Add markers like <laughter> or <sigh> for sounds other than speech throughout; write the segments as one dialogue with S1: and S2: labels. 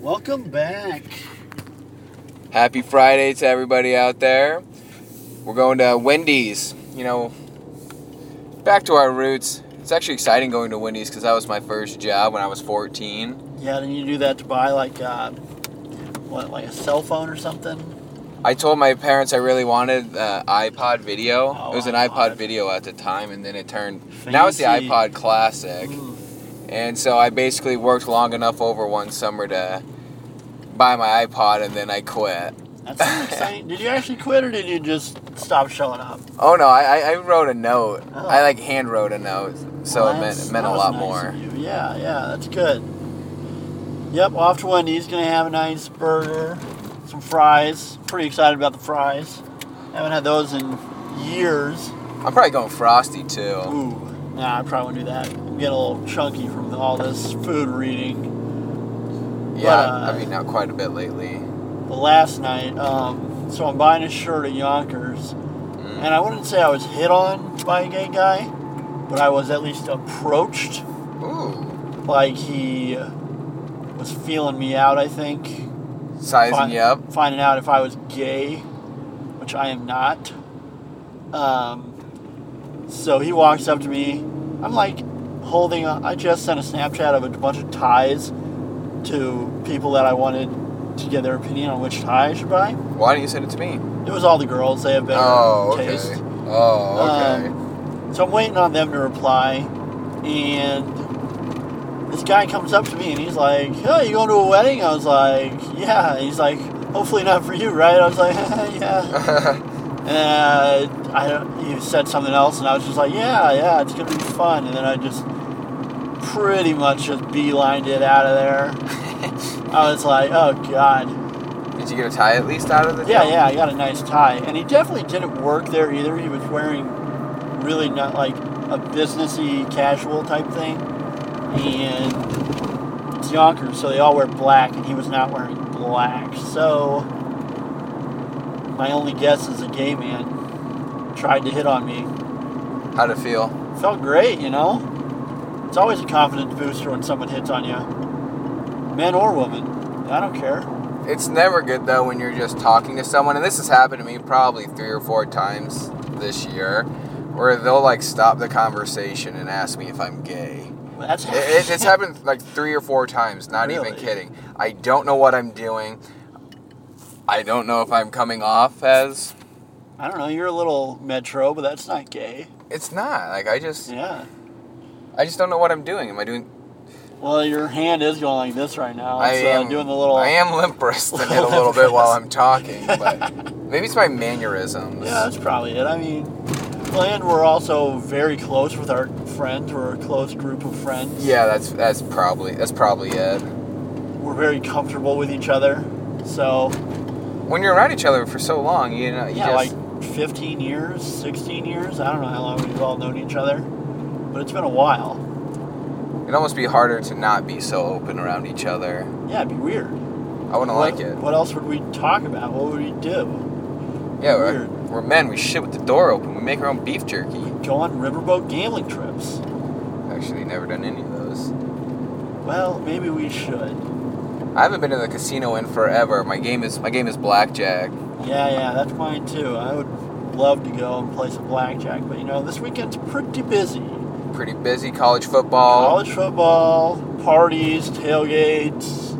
S1: Welcome back.
S2: Happy Friday to everybody out there. We're going to Wendy's. You know, back to our roots. It's actually exciting going to Wendy's because that was my first job when I was 14.
S1: Yeah, didn't you do that to buy like uh, what, like a cell phone or something?
S2: I told my parents I really wanted the iPod video.
S1: Oh,
S2: it was an
S1: iPod.
S2: iPod video at the time, and then it turned. Now it's the
S1: Fancy.
S2: iPod Classic.
S1: Mm.
S2: And so I basically worked long enough over one summer to buy my iPod, and then I quit.
S1: That's so exciting. Did you actually quit or did you just stop showing up?
S2: Oh no, I, I- I wrote a note.
S1: Oh.
S2: I like hand wrote a note, so
S1: Well,
S2: it meant,
S1: that's-
S2: it meant a
S1: that was
S2: lot
S1: nice
S2: more.
S1: of you. Yeah, yeah, that's good. Yep, off to Wendy's. Gonna have a nice burger, some fries. Pretty excited about the fries. Haven't had those in years.
S2: I'm probably going frosty too.
S1: Ooh, nah, I probably wouldn't do that. I'm getting a little chunky from all this food reading.
S2: Yeah,
S1: uh,
S2: I've eaten out quite a bit lately.
S1: But last night, um, so I'm buying a shirt at Yonkers, and I wouldn't say I was hit on by a gay guy, but I was at least approached
S2: Ooh,
S1: like he was feeling me out, I think.
S2: sizing
S1: Fin-
S2: you up.
S1: Finding out if I was gay, which I am not. Um, so he walks up to me. I'm like holding. A, I just sent a Snapchat of a bunch of ties to people that I wanted to get their opinion on which tie I should buy.
S2: Why didn't you send it to me?
S1: It was all the girls. They have better
S2: Oh, okay.
S1: taste.
S2: Oh, okay.
S1: So I'm waiting on them to reply, and this guy comes up to me and he's like, "Hey, you going to a wedding?" I was like, "Yeah." He's like, "Hopefully not for you, right?" I was like, <laughs> "Yeah." Um, And uh, I, don't- he said something else, and I was just like, "Yeah, yeah, it's gonna be fun." And then I just pretty much just beelined it out of
S2: <laughs>
S1: there. I was like, "Oh God."
S2: <laughs> Did you get a tie at least out of the?
S1: Yeah,
S2: deal?
S1: yeah, I got a nice tie. And he definitely didn't work there either. He was wearing really not like a businessy casual type thing. And it's Yonkers, so they all wear black, and he was not wearing black. So my only guess is a gay man tried to hit on me.
S2: How'd it feel?
S1: Felt great, you know? It's always a confidence booster when someone hits on you. Man or woman. I don't care.
S2: It's never good though when you're just talking to someone, and this has happened to me probably three or four times this year, where they'll like stop the conversation and ask me if I'm gay.
S1: That's
S2: It, it, it's happened like three or four times. Not even
S1: Really?
S2: kidding. I don't know what I'm doing. I don't know if I'm coming off as.
S1: I don't know, you're a little metro, but that's not gay.
S2: It's not like I just.
S1: Yeah.
S2: I just don't know what I'm doing. Am I doing?
S1: Well, your hand is going like this right now.
S2: I
S1: It's, uh,
S2: am
S1: doing the little.
S2: I am
S1: <laughs>
S2: limp wristing it a little bit while I'm talking, but maybe it's my mannerisms.
S1: Yeah, that's probably it. I mean, well, and we're also very close with our friends. We're a close group of friends.
S2: Yeah, that's that's probably that's probably it.
S1: We're very comfortable with each other. So
S2: When you're around each other for so long, you know, you
S1: yeah,
S2: just
S1: like 15 years, 16 years. I don't know how long we've all known each other, but it's been a while.
S2: it'd almost be harder to not be so open around each other.
S1: Yeah, it'd be weird.
S2: I wouldn't like
S1: what,
S2: it.
S1: What else would we talk about? What would we do?
S2: Yeah, we're,
S1: Weird.
S2: we're men. We shit with the door open. We make our own beef jerky.
S1: Go on riverboat gambling trips.
S2: Actually, never done any of those.
S1: Well, maybe we should.
S2: I haven't been to the casino in forever. My game is my game is blackjack.
S1: Yeah, yeah, that's mine too. I would love to go and play some blackjack, but you know, this weekend's pretty busy.
S2: Pretty busy. College football.
S1: College football, parties, tailgates.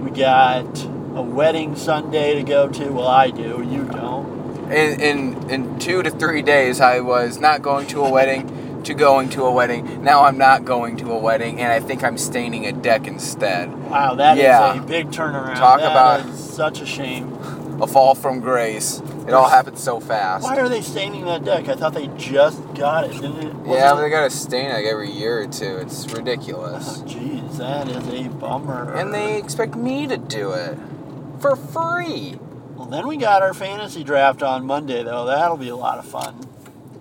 S1: We got a wedding Sunday to go to. Well, I do. You don't.
S2: In, in in two to three days, I was not going to a wedding, to going to a wedding. Now I'm not going to a wedding, and I think I'm staining a deck instead.
S1: Wow, that is a
S2: Yeah.
S1: big turnaround.
S2: Talk
S1: That
S2: about-
S1: is such a
S2: <laughs>
S1: shame.
S2: A fall from grace. It all happened so fast.
S1: Why are they staining that deck? I thought they just got it. Didn't it?
S2: yeah,
S1: wasn't
S2: they
S1: it-
S2: gotta stain like every year or two. It's ridiculous.
S1: Oh, jeez, that is a bummer.
S2: And they expect me to do it for free.
S1: Well, then we got our fantasy draft on Monday, though. That'll be a lot of fun.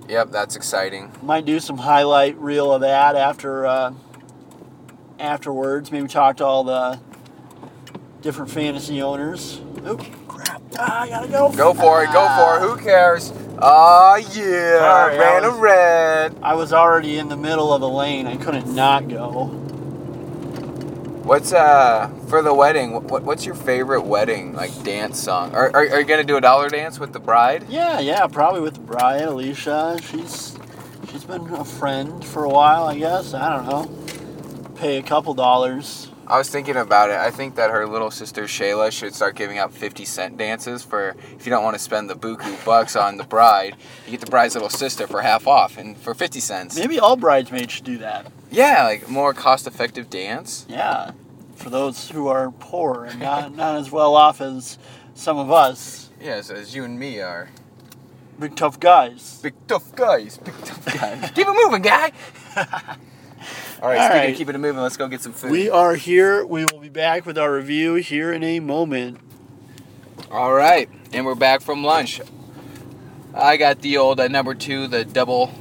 S2: Yep, that's exciting.
S1: might do some highlight reel of that after uh, afterwards. Maybe talk to all the different fantasy owners. Oop, crap! Ah, I gotta go.
S2: Go for it, go for it. Who cares? Ah, yeah.
S1: All right,
S2: ran a
S1: Alex.
S2: red.
S1: I was already in the middle of the lane. I couldn't not go.
S2: What's uh for the wedding? What what's your favorite wedding like dance song? Are, are, are you gonna do a dollar dance with the bride?
S1: Yeah, yeah, probably with Brian, Alicia. She's she's been a friend for a while, I guess. I don't know. Pay a couple dollars.
S2: I was thinking about it. I think that her little sister Shayla should start giving out 50 cent dances for if you don't want to spend the buku bucks on the bride, you get the bride's little sister for half off and for 50 cents.
S1: Maybe all bridesmaids should do that.
S2: Yeah, like more cost effective dance.
S1: Yeah, for those who are poor and not <laughs> not as well off as some of us,
S2: Yes, as you and me are.
S1: big tough guys.
S2: Big tough guys, big tough guys. keep it moving, guy! All right,
S1: All
S2: speaking
S1: right.
S2: of keeping it moving, let's go get some food.
S1: We are here. We will be back with our review here in a moment.
S2: All right, and we're back from lunch. I got the old uh, number two, the double,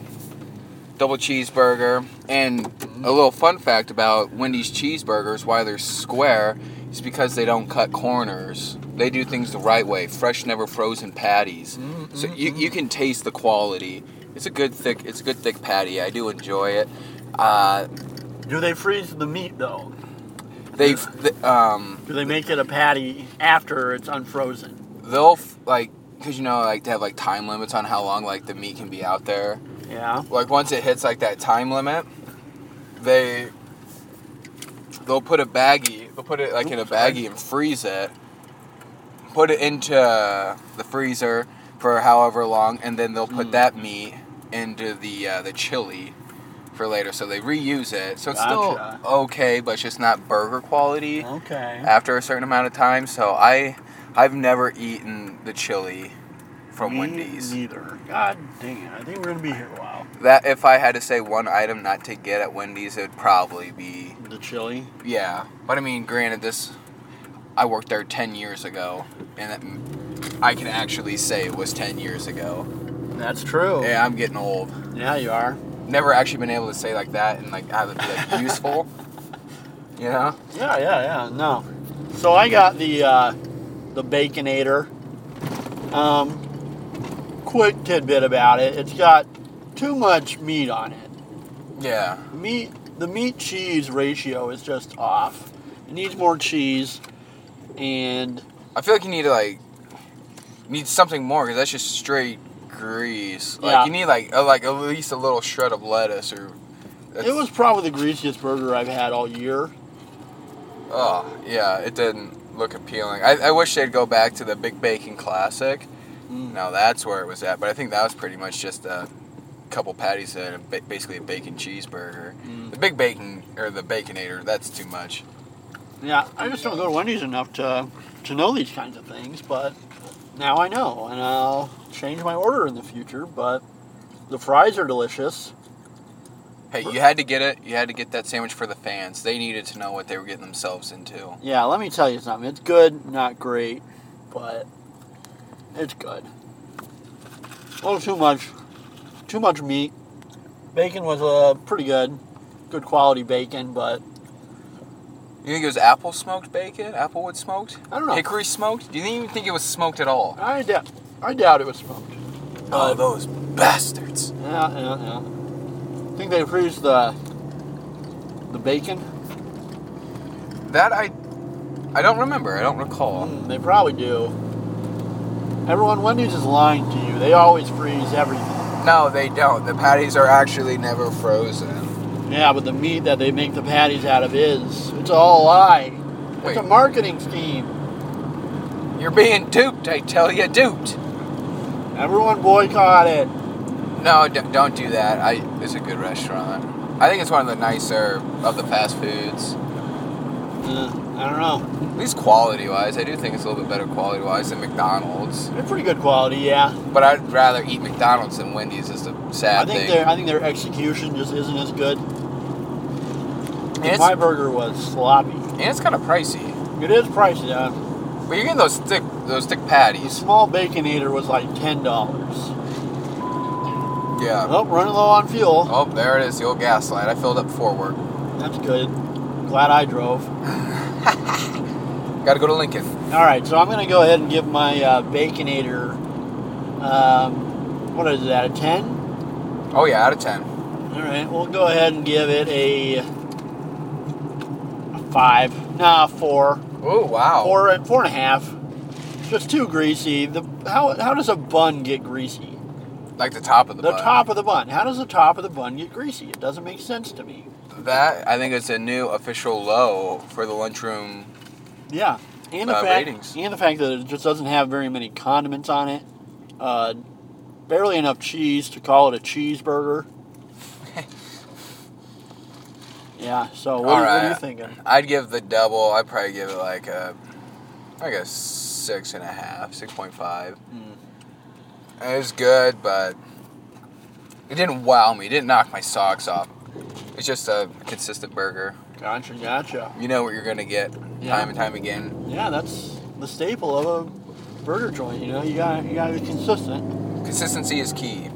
S2: double cheeseburger, and a little fun fact about Wendy's cheeseburgers: why they're square is because they don't cut corners. They do things the right way, fresh, never frozen patties.
S1: Mm-hmm.
S2: So you, you can taste the quality. It's a good thick, it's a good thick patty. I do enjoy it. Uh,
S1: Do they freeze the meat though?
S2: they, th- um,
S1: Do they make it a patty after it's unfrozen?
S2: they'll f- like, cause you know, like they have like time limits on how long like the meat can be out there.
S1: Yeah.
S2: like once it hits like that time limit, they they'll put a baggie, they'll put it like in a
S1: Oops, sorry.
S2: baggie and freeze it, put it into the freezer for however long, and then they'll
S1: Hmm.
S2: put that meat into the uh, the chili for later. So they reuse it. So it's
S1: Gotcha.
S2: still okay, but it's just not burger quality
S1: Okay.
S2: after a certain amount of time. So I I've never eaten the chili from
S1: Me
S2: Wendy's.
S1: Neither. God dang it! I think we're gonna be here a while.
S2: That if I had to say one item not to get at Wendy's, it'd probably be
S1: The chili.
S2: yeah. But I mean, granted, this I worked there ten years ago, and it, I can actually say it was ten years ago.
S1: That's true.
S2: Yeah, I'm getting old.
S1: Yeah, you are.
S2: Never actually been able to say like that and like have it be like useful. You know?
S1: Yeah, yeah, yeah. No. So I got the uh, the baconator. Um, quick tidbit about it: it's got too much meat on it.
S2: Yeah.
S1: Meat, the meat cheese ratio is just off. It needs more cheese, and
S2: I feel like you need to like need something more because that's just straight grease. Like
S1: Yeah.
S2: you need like a, like at least a little shred of lettuce or.
S1: it was probably the greasiest burger I've had all year.
S2: Oh, yeah, it didn't look appealing. I, I wish they'd go back to the Big Bacon Classic. Now that's where it was at, but I think that was pretty much just a couple patties and a, ba- basically a bacon cheeseburger. The Big Bacon, or the Baconator, that's too much.
S1: Yeah, I just don't go to Wendy's enough to to know these kinds of things, but now I know, and I'll change my order in the future. But the fries are delicious.
S2: Hey, you had to get it. You had to get that sandwich for the fans. They needed to know what they were getting themselves into.
S1: Yeah, let me tell you something. It's good, not great, but it's good. A little too much, too much meat. Bacon was uh, pretty good, good quality bacon, but
S2: You think it was apple smoked bacon? Applewood smoked?
S1: I don't know.
S2: Hickory smoked? Do you even think it was smoked at all?
S1: I doubt, I doubt it was smoked.
S2: Oh, those bastards.
S1: Yeah, yeah, yeah. think they freeze the the bacon.
S2: That I, I don't remember. I don't recall.
S1: Mm, They probably do. Everyone, Wendy's is lying to you. They always freeze everything.
S2: No, they don't. The patties are actually never frozen.
S1: Yeah, but the meat that they make the patties out of is. It's all a lie.
S2: Wait.
S1: It's a marketing scheme.
S2: You're being duped, I tell you, duped.
S1: Everyone boycott it.
S2: No, d- don't do that. I it's a good restaurant. I think it's one of the nicer of the fast foods.
S1: Uh, I don't know.
S2: At least quality wise, I do think it's a little bit better quality wise than McDonald's.
S1: They're pretty good quality, yeah.
S2: But I'd rather eat McDonald's than Wendy's. Is a
S1: I
S2: sad
S1: think
S2: thing.
S1: their I think their execution just isn't as good.
S2: And it's,
S1: My burger was sloppy.
S2: and it's kind of pricey.
S1: It is pricey. Uh,
S2: But you're getting those thick those thick
S1: the
S2: patties.
S1: small bacon eater was like ten dollars.
S2: Yeah.
S1: Oh, running low on fuel.
S2: Oh, there it is, the old gas light. I filled up for work.
S1: That's good. Glad I drove.
S2: Got to go to Lincoln.
S1: All right, so I'm going to go ahead and give my uh, Baconator, um, what is it, at a 10?
S2: Oh yeah, out of ten.
S1: All right, we'll go ahead and give it a five, nah, four,
S2: Oh wow.
S1: four and four and a half. Just too greasy. The how how does a bun get greasy?
S2: Like the top of the.
S1: The
S2: bun.
S1: top of the bun. How does the top of the bun get greasy? It doesn't make sense to me.
S2: That I think it's a new official low for the lunchroom.
S1: Yeah, and the
S2: Uh,
S1: fact
S2: ratings.
S1: and the fact that it just doesn't have very many condiments on it, uh, barely enough cheese to call it a
S2: <laughs>
S1: cheeseburger. yeah. So what,
S2: All
S1: are, what are you
S2: right.
S1: thinking?
S2: I'd give the double. I'd probably give it like a, like a six and a half, six point five.
S1: Mm.
S2: It was good, but it didn't wow me. It didn't knock my socks off. It's just a consistent burger.
S1: Gotcha, gotcha.
S2: You know what you're gonna get
S1: Yeah.
S2: time and time again.
S1: Yeah, that's the staple of a burger joint. You know, you got you got to be consistent.
S2: Consistency is key.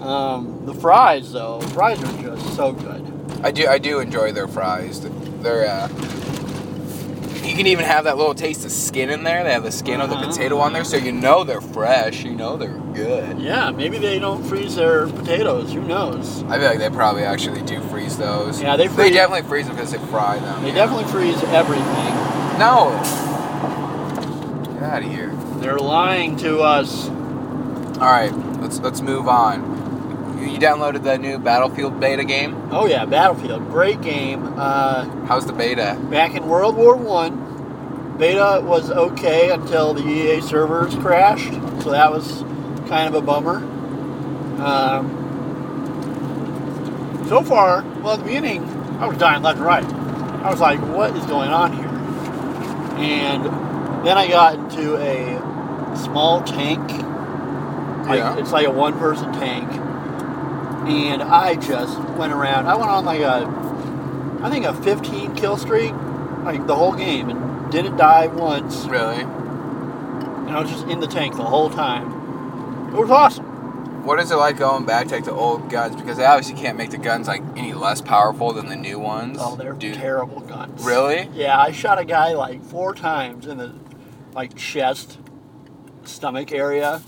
S1: Um, the fries though, fries are just so good.
S2: I do I do enjoy their fries. They're uh, you can even have that little taste of skin in there. They have the skin of the
S1: Uh-huh.
S2: potato on there, so you know they're fresh. You know they're good.
S1: Yeah, maybe they don't freeze their potatoes. Who knows?
S2: I feel like they probably actually do freeze those.
S1: Yeah, they
S2: They
S1: freeze-
S2: definitely freeze them because they fry them.
S1: They
S2: yeah.
S1: definitely freeze everything.
S2: No. Get out of here.
S1: They're lying to us.
S2: All right, let's let's move on. You, you downloaded the new Battlefield beta game.
S1: Oh yeah, Battlefield, great game. Uh,
S2: How's the beta?
S1: back in World War One, beta was okay until the EA servers crashed, so that was kind of a bummer. Um, so far, well, at the beginning, I was dying left and right. I was like, "What is going on here?" And then I got into a small tank. Like,
S2: Yeah.
S1: It's like a one-person tank, and I just went around. I went on like a I think a 15 kill streak, like the whole game, and didn't die once.
S2: Really?
S1: And I was just in the tank the whole time. It was awesome.
S2: What is it like going back to like the old guns? Because they obviously can't make the guns like any less powerful than the new ones.
S1: Oh, they're
S2: Dude,
S1: terrible guns.
S2: Really?
S1: Yeah, I shot a guy like four times in the like chest, stomach area,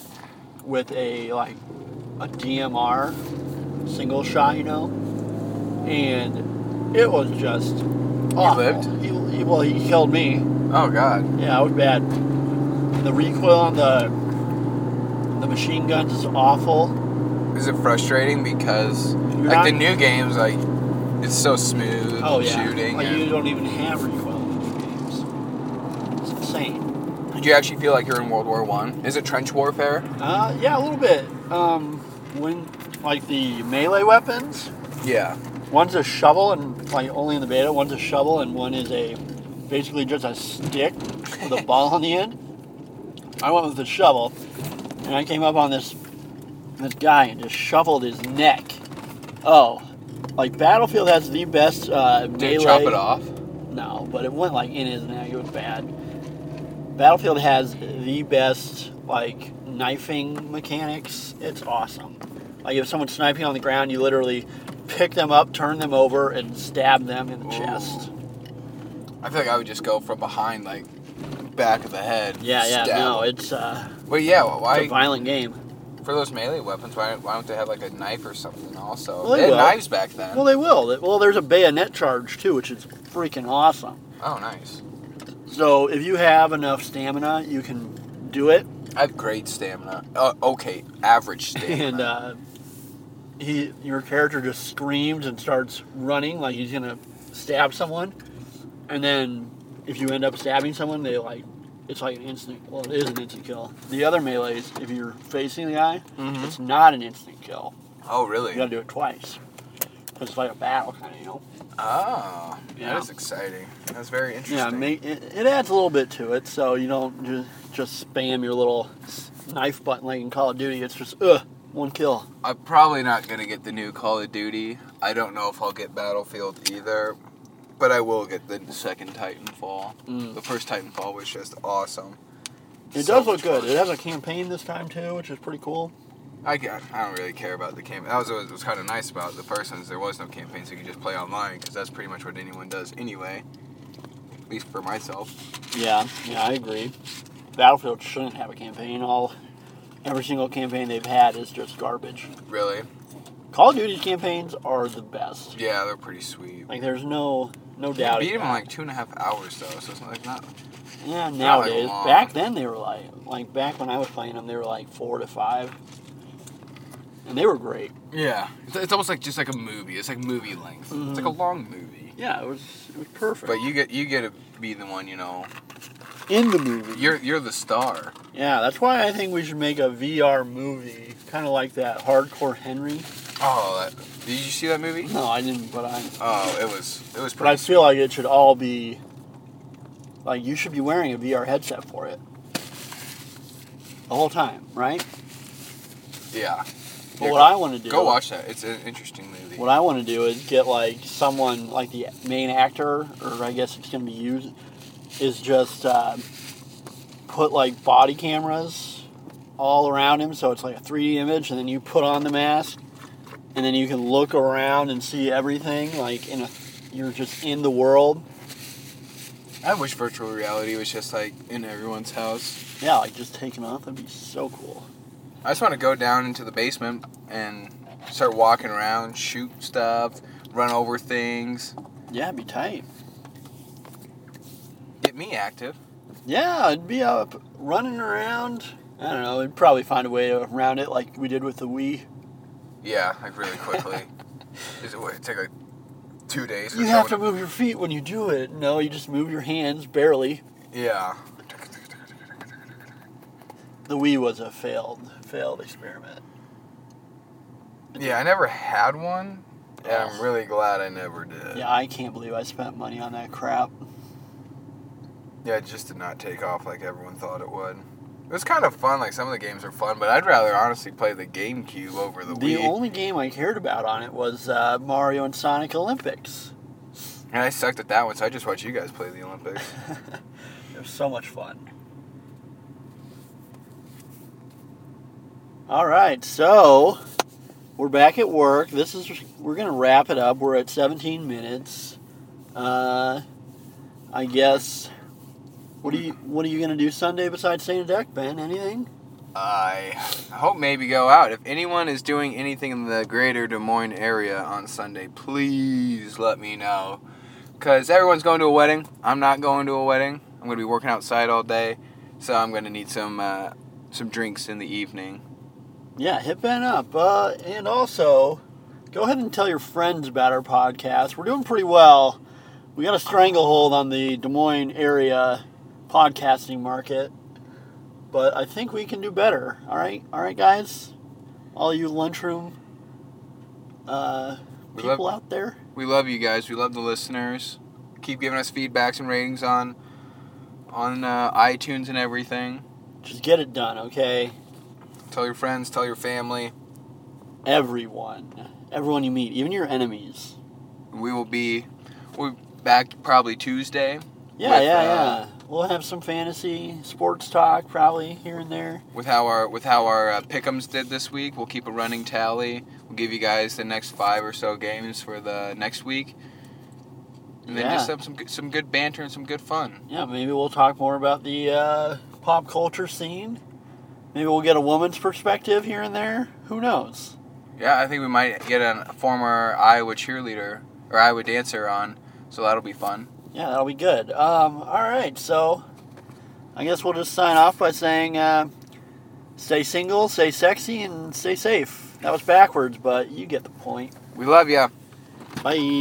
S1: with a like a DMR, single shot, you know, and it was just. awful.
S2: lived?
S1: He, he, well, he killed me.
S2: Oh god.
S1: Yeah, it was bad. The recoil on the the machine guns is awful.
S2: Is it frustrating because
S1: You're
S2: like the
S1: not-
S2: new games like it's so smooth
S1: Oh yeah,
S2: shooting.
S1: like
S2: and-
S1: you don't even have recoil in these games. It's insane.
S2: do you actually feel like you're in World War One? Is it trench warfare?
S1: Uh, yeah, a little bit. Um, when like the melee weapons,
S2: Yeah.
S1: one's a shovel and like only in the beta, one's a shovel and one is a basically just a stick with a ball on the end. I went with the shovel, and I came up on this this guy and just shoveled his neck. Oh, like Battlefield has the best uh,
S2: Did
S1: melee.
S2: it chop it off?
S1: No, but it went like in his neck. It was bad. Battlefield has the best like knifing mechanics. It's awesome. Like if someone's sniping on the ground, you literally pick them up, turn them over, and stab them in the chest.
S2: I feel like I would just go from behind, like back of the head.
S1: Yeah, yeah.
S2: stab.
S1: No, it's, uh,
S2: But yeah,
S1: it's
S2: why
S1: a violent game.
S2: for those melee weapons? Why, why don't they have like a knife or something? Also,
S1: Well, they
S2: had
S1: will.
S2: knives back then.
S1: Well, they will. Well, there's a bayonet charge too, which is freaking awesome.
S2: oh, nice.
S1: So if you have enough stamina, you can do it.
S2: I have great stamina. Uh, okay,
S1: <laughs>
S2: average stamina.
S1: And uh, he, your character just screams and starts running like he's gonna stab someone. And then if you end up stabbing someone, they like it's like an instant. Well, it is an instant kill. The other melee's, if you're facing the guy, <laughs>
S2: Mhm.
S1: it's not an instant kill.
S2: oh, really?
S1: You gotta do it twice. 'Cause it's like a battle kind of, you know.
S2: Oh,
S1: Yeah.
S2: that is exciting. That's very interesting.
S1: Yeah, it, ma- it, it adds a little bit to it, so you don't just, just spam your little s- knife button like in Call of Duty. It's just, ugh, one kill.
S2: I'm probably not gonna get the new Call of Duty. I don't know if I'll get Battlefield either, but I will get the second Titanfall.
S1: Mm.
S2: The first Titanfall was just awesome.
S1: It
S2: So
S1: does look
S2: much
S1: good.
S2: fun.
S1: It has a campaign this time, too, which is pretty cool.
S2: I, ca- I don't really care about the campaign. That was what was kind of nice about the first one is there was no campaign, so you could just play online because that's pretty much what anyone does anyway. At least for myself.
S1: Yeah, yeah, I agree. Battlefield shouldn't have a campaign. All Every single campaign they've had is just garbage.
S2: Really?
S1: Call of Duty campaigns are the best.
S2: Yeah, they're pretty sweet.
S1: Like, there's no no doubt.
S2: beat him in
S1: about
S2: like two and a half hours though, so it's not like not.
S1: it. yeah,
S2: not
S1: nowadays.
S2: long.
S1: back then they were like, like back when I was playing them, they were like four to five, and they were great.
S2: Yeah, it's, it's almost like just like a movie. It's like movie length. It's
S1: Mm-hmm.
S2: like a long movie.
S1: Yeah, it was it was perfect.
S2: But you get you get to be the one, you know.
S1: in the movie,
S2: You're you're the star.
S1: yeah, that's why I think we should make a VR movie, kind of like that Hardcore Henry.
S2: Oh, that, did you see that movie?
S1: No, I didn't, but I
S2: Oh, it was it was
S1: But I
S2: pretty.
S1: feel like it should all be like you should be wearing a VR headset for it the whole time, right?
S2: yeah.
S1: But
S2: Yeah,
S1: what
S2: go-
S1: I want to do,
S2: Go watch that. It's an interesting movie.
S1: What I want to do is get like someone like the main actor, or I guess it's gonna be used, is just uh, put like body cameras all around him, so it's like a 3D image, and then you put on the mask, and then you can look around and see everything. Like in a, you're just in the world.
S2: I wish virtual reality was just like in everyone's house.
S1: Yeah, like just taking off. That'd be so cool.
S2: I just want to go down into the basement and start walking around, shoot stuff, run over things,
S1: Yeah, it'd be tight.
S2: get me active.
S1: Yeah, it'd be up running around. I don't know. We'd probably find a way around it, like we did with the Wii.
S2: Yeah, like really quickly. <laughs> Is it would take like two days. for
S1: You have to
S2: someone
S1: move your feet when you do it. No, you just move your hands barely.
S2: to- Yeah.
S1: The Wii was a failed, failed experiment.
S2: Yeah, I never had one, and I'm
S1: Yes.
S2: really glad I never did.
S1: Yeah, I can't believe I spent money on that crap.
S2: Yeah, it just did not take off like everyone thought it would. It was kind of fun. Like some of the games are fun, but I'd rather honestly play the GameCube over the,
S1: The
S2: Wii.
S1: only game I cared about on it was uh, Mario and Sonic Olympics.
S2: and I sucked at that one, so I just watched you guys play the Olympics.
S1: <laughs> It was so much fun. All right, so we're back at work. This is we're gonna wrap it up. We're at 17 minutes. Uh, I guess. What are you What are you gonna do Sunday besides staying on deck, Ben? Anything?
S2: I hope maybe go out. If anyone is doing anything in the greater Des Moines area on Sunday, please let me know. Because everyone's going to a wedding. I'm not going to a wedding. I'm going to be working outside all day. So I'm going to need some uh, some drinks in the evening.
S1: Yeah, hit Ben up. Uh, and also, go ahead and tell your friends about our podcast. We're doing pretty well. We got a stranglehold on the Des Moines area podcasting market, but I think we can do better. All right, all right, guys, all you lunchroom uh,
S2: We love-
S1: people out there.
S2: We love you guys. We love the listeners. Keep giving us feedbacks and ratings on on uh, iTunes and everything.
S1: Just get it done, okay?
S2: Tell your friends. Tell your family.
S1: Everyone, everyone you meet, even your enemies.
S2: We will be we'll be back probably Tuesday
S1: Yeah,
S2: With,
S1: yeah,
S2: uh,
S1: yeah. We'll have some fantasy sports talk probably here and there.
S2: with how our with how our uh, pickums did this week. We'll keep a running tally. We'll give you guys the next five or so games for the next week, and then just
S1: Yeah.
S2: have some good- some good banter and some good fun.
S1: Yeah, maybe we'll talk more about the uh, pop culture scene. Maybe we'll get a woman's perspective here and there. Who knows?
S2: Yeah, I think we might get a former Iowa cheerleader or Iowa dancer on, so that'll be fun.
S1: Yeah, that'll be good. Um, all right, so I guess we'll just sign off by saying uh, stay single, stay sexy, and stay safe. That was backwards, but you get the point.
S2: We love ya.
S1: Bye.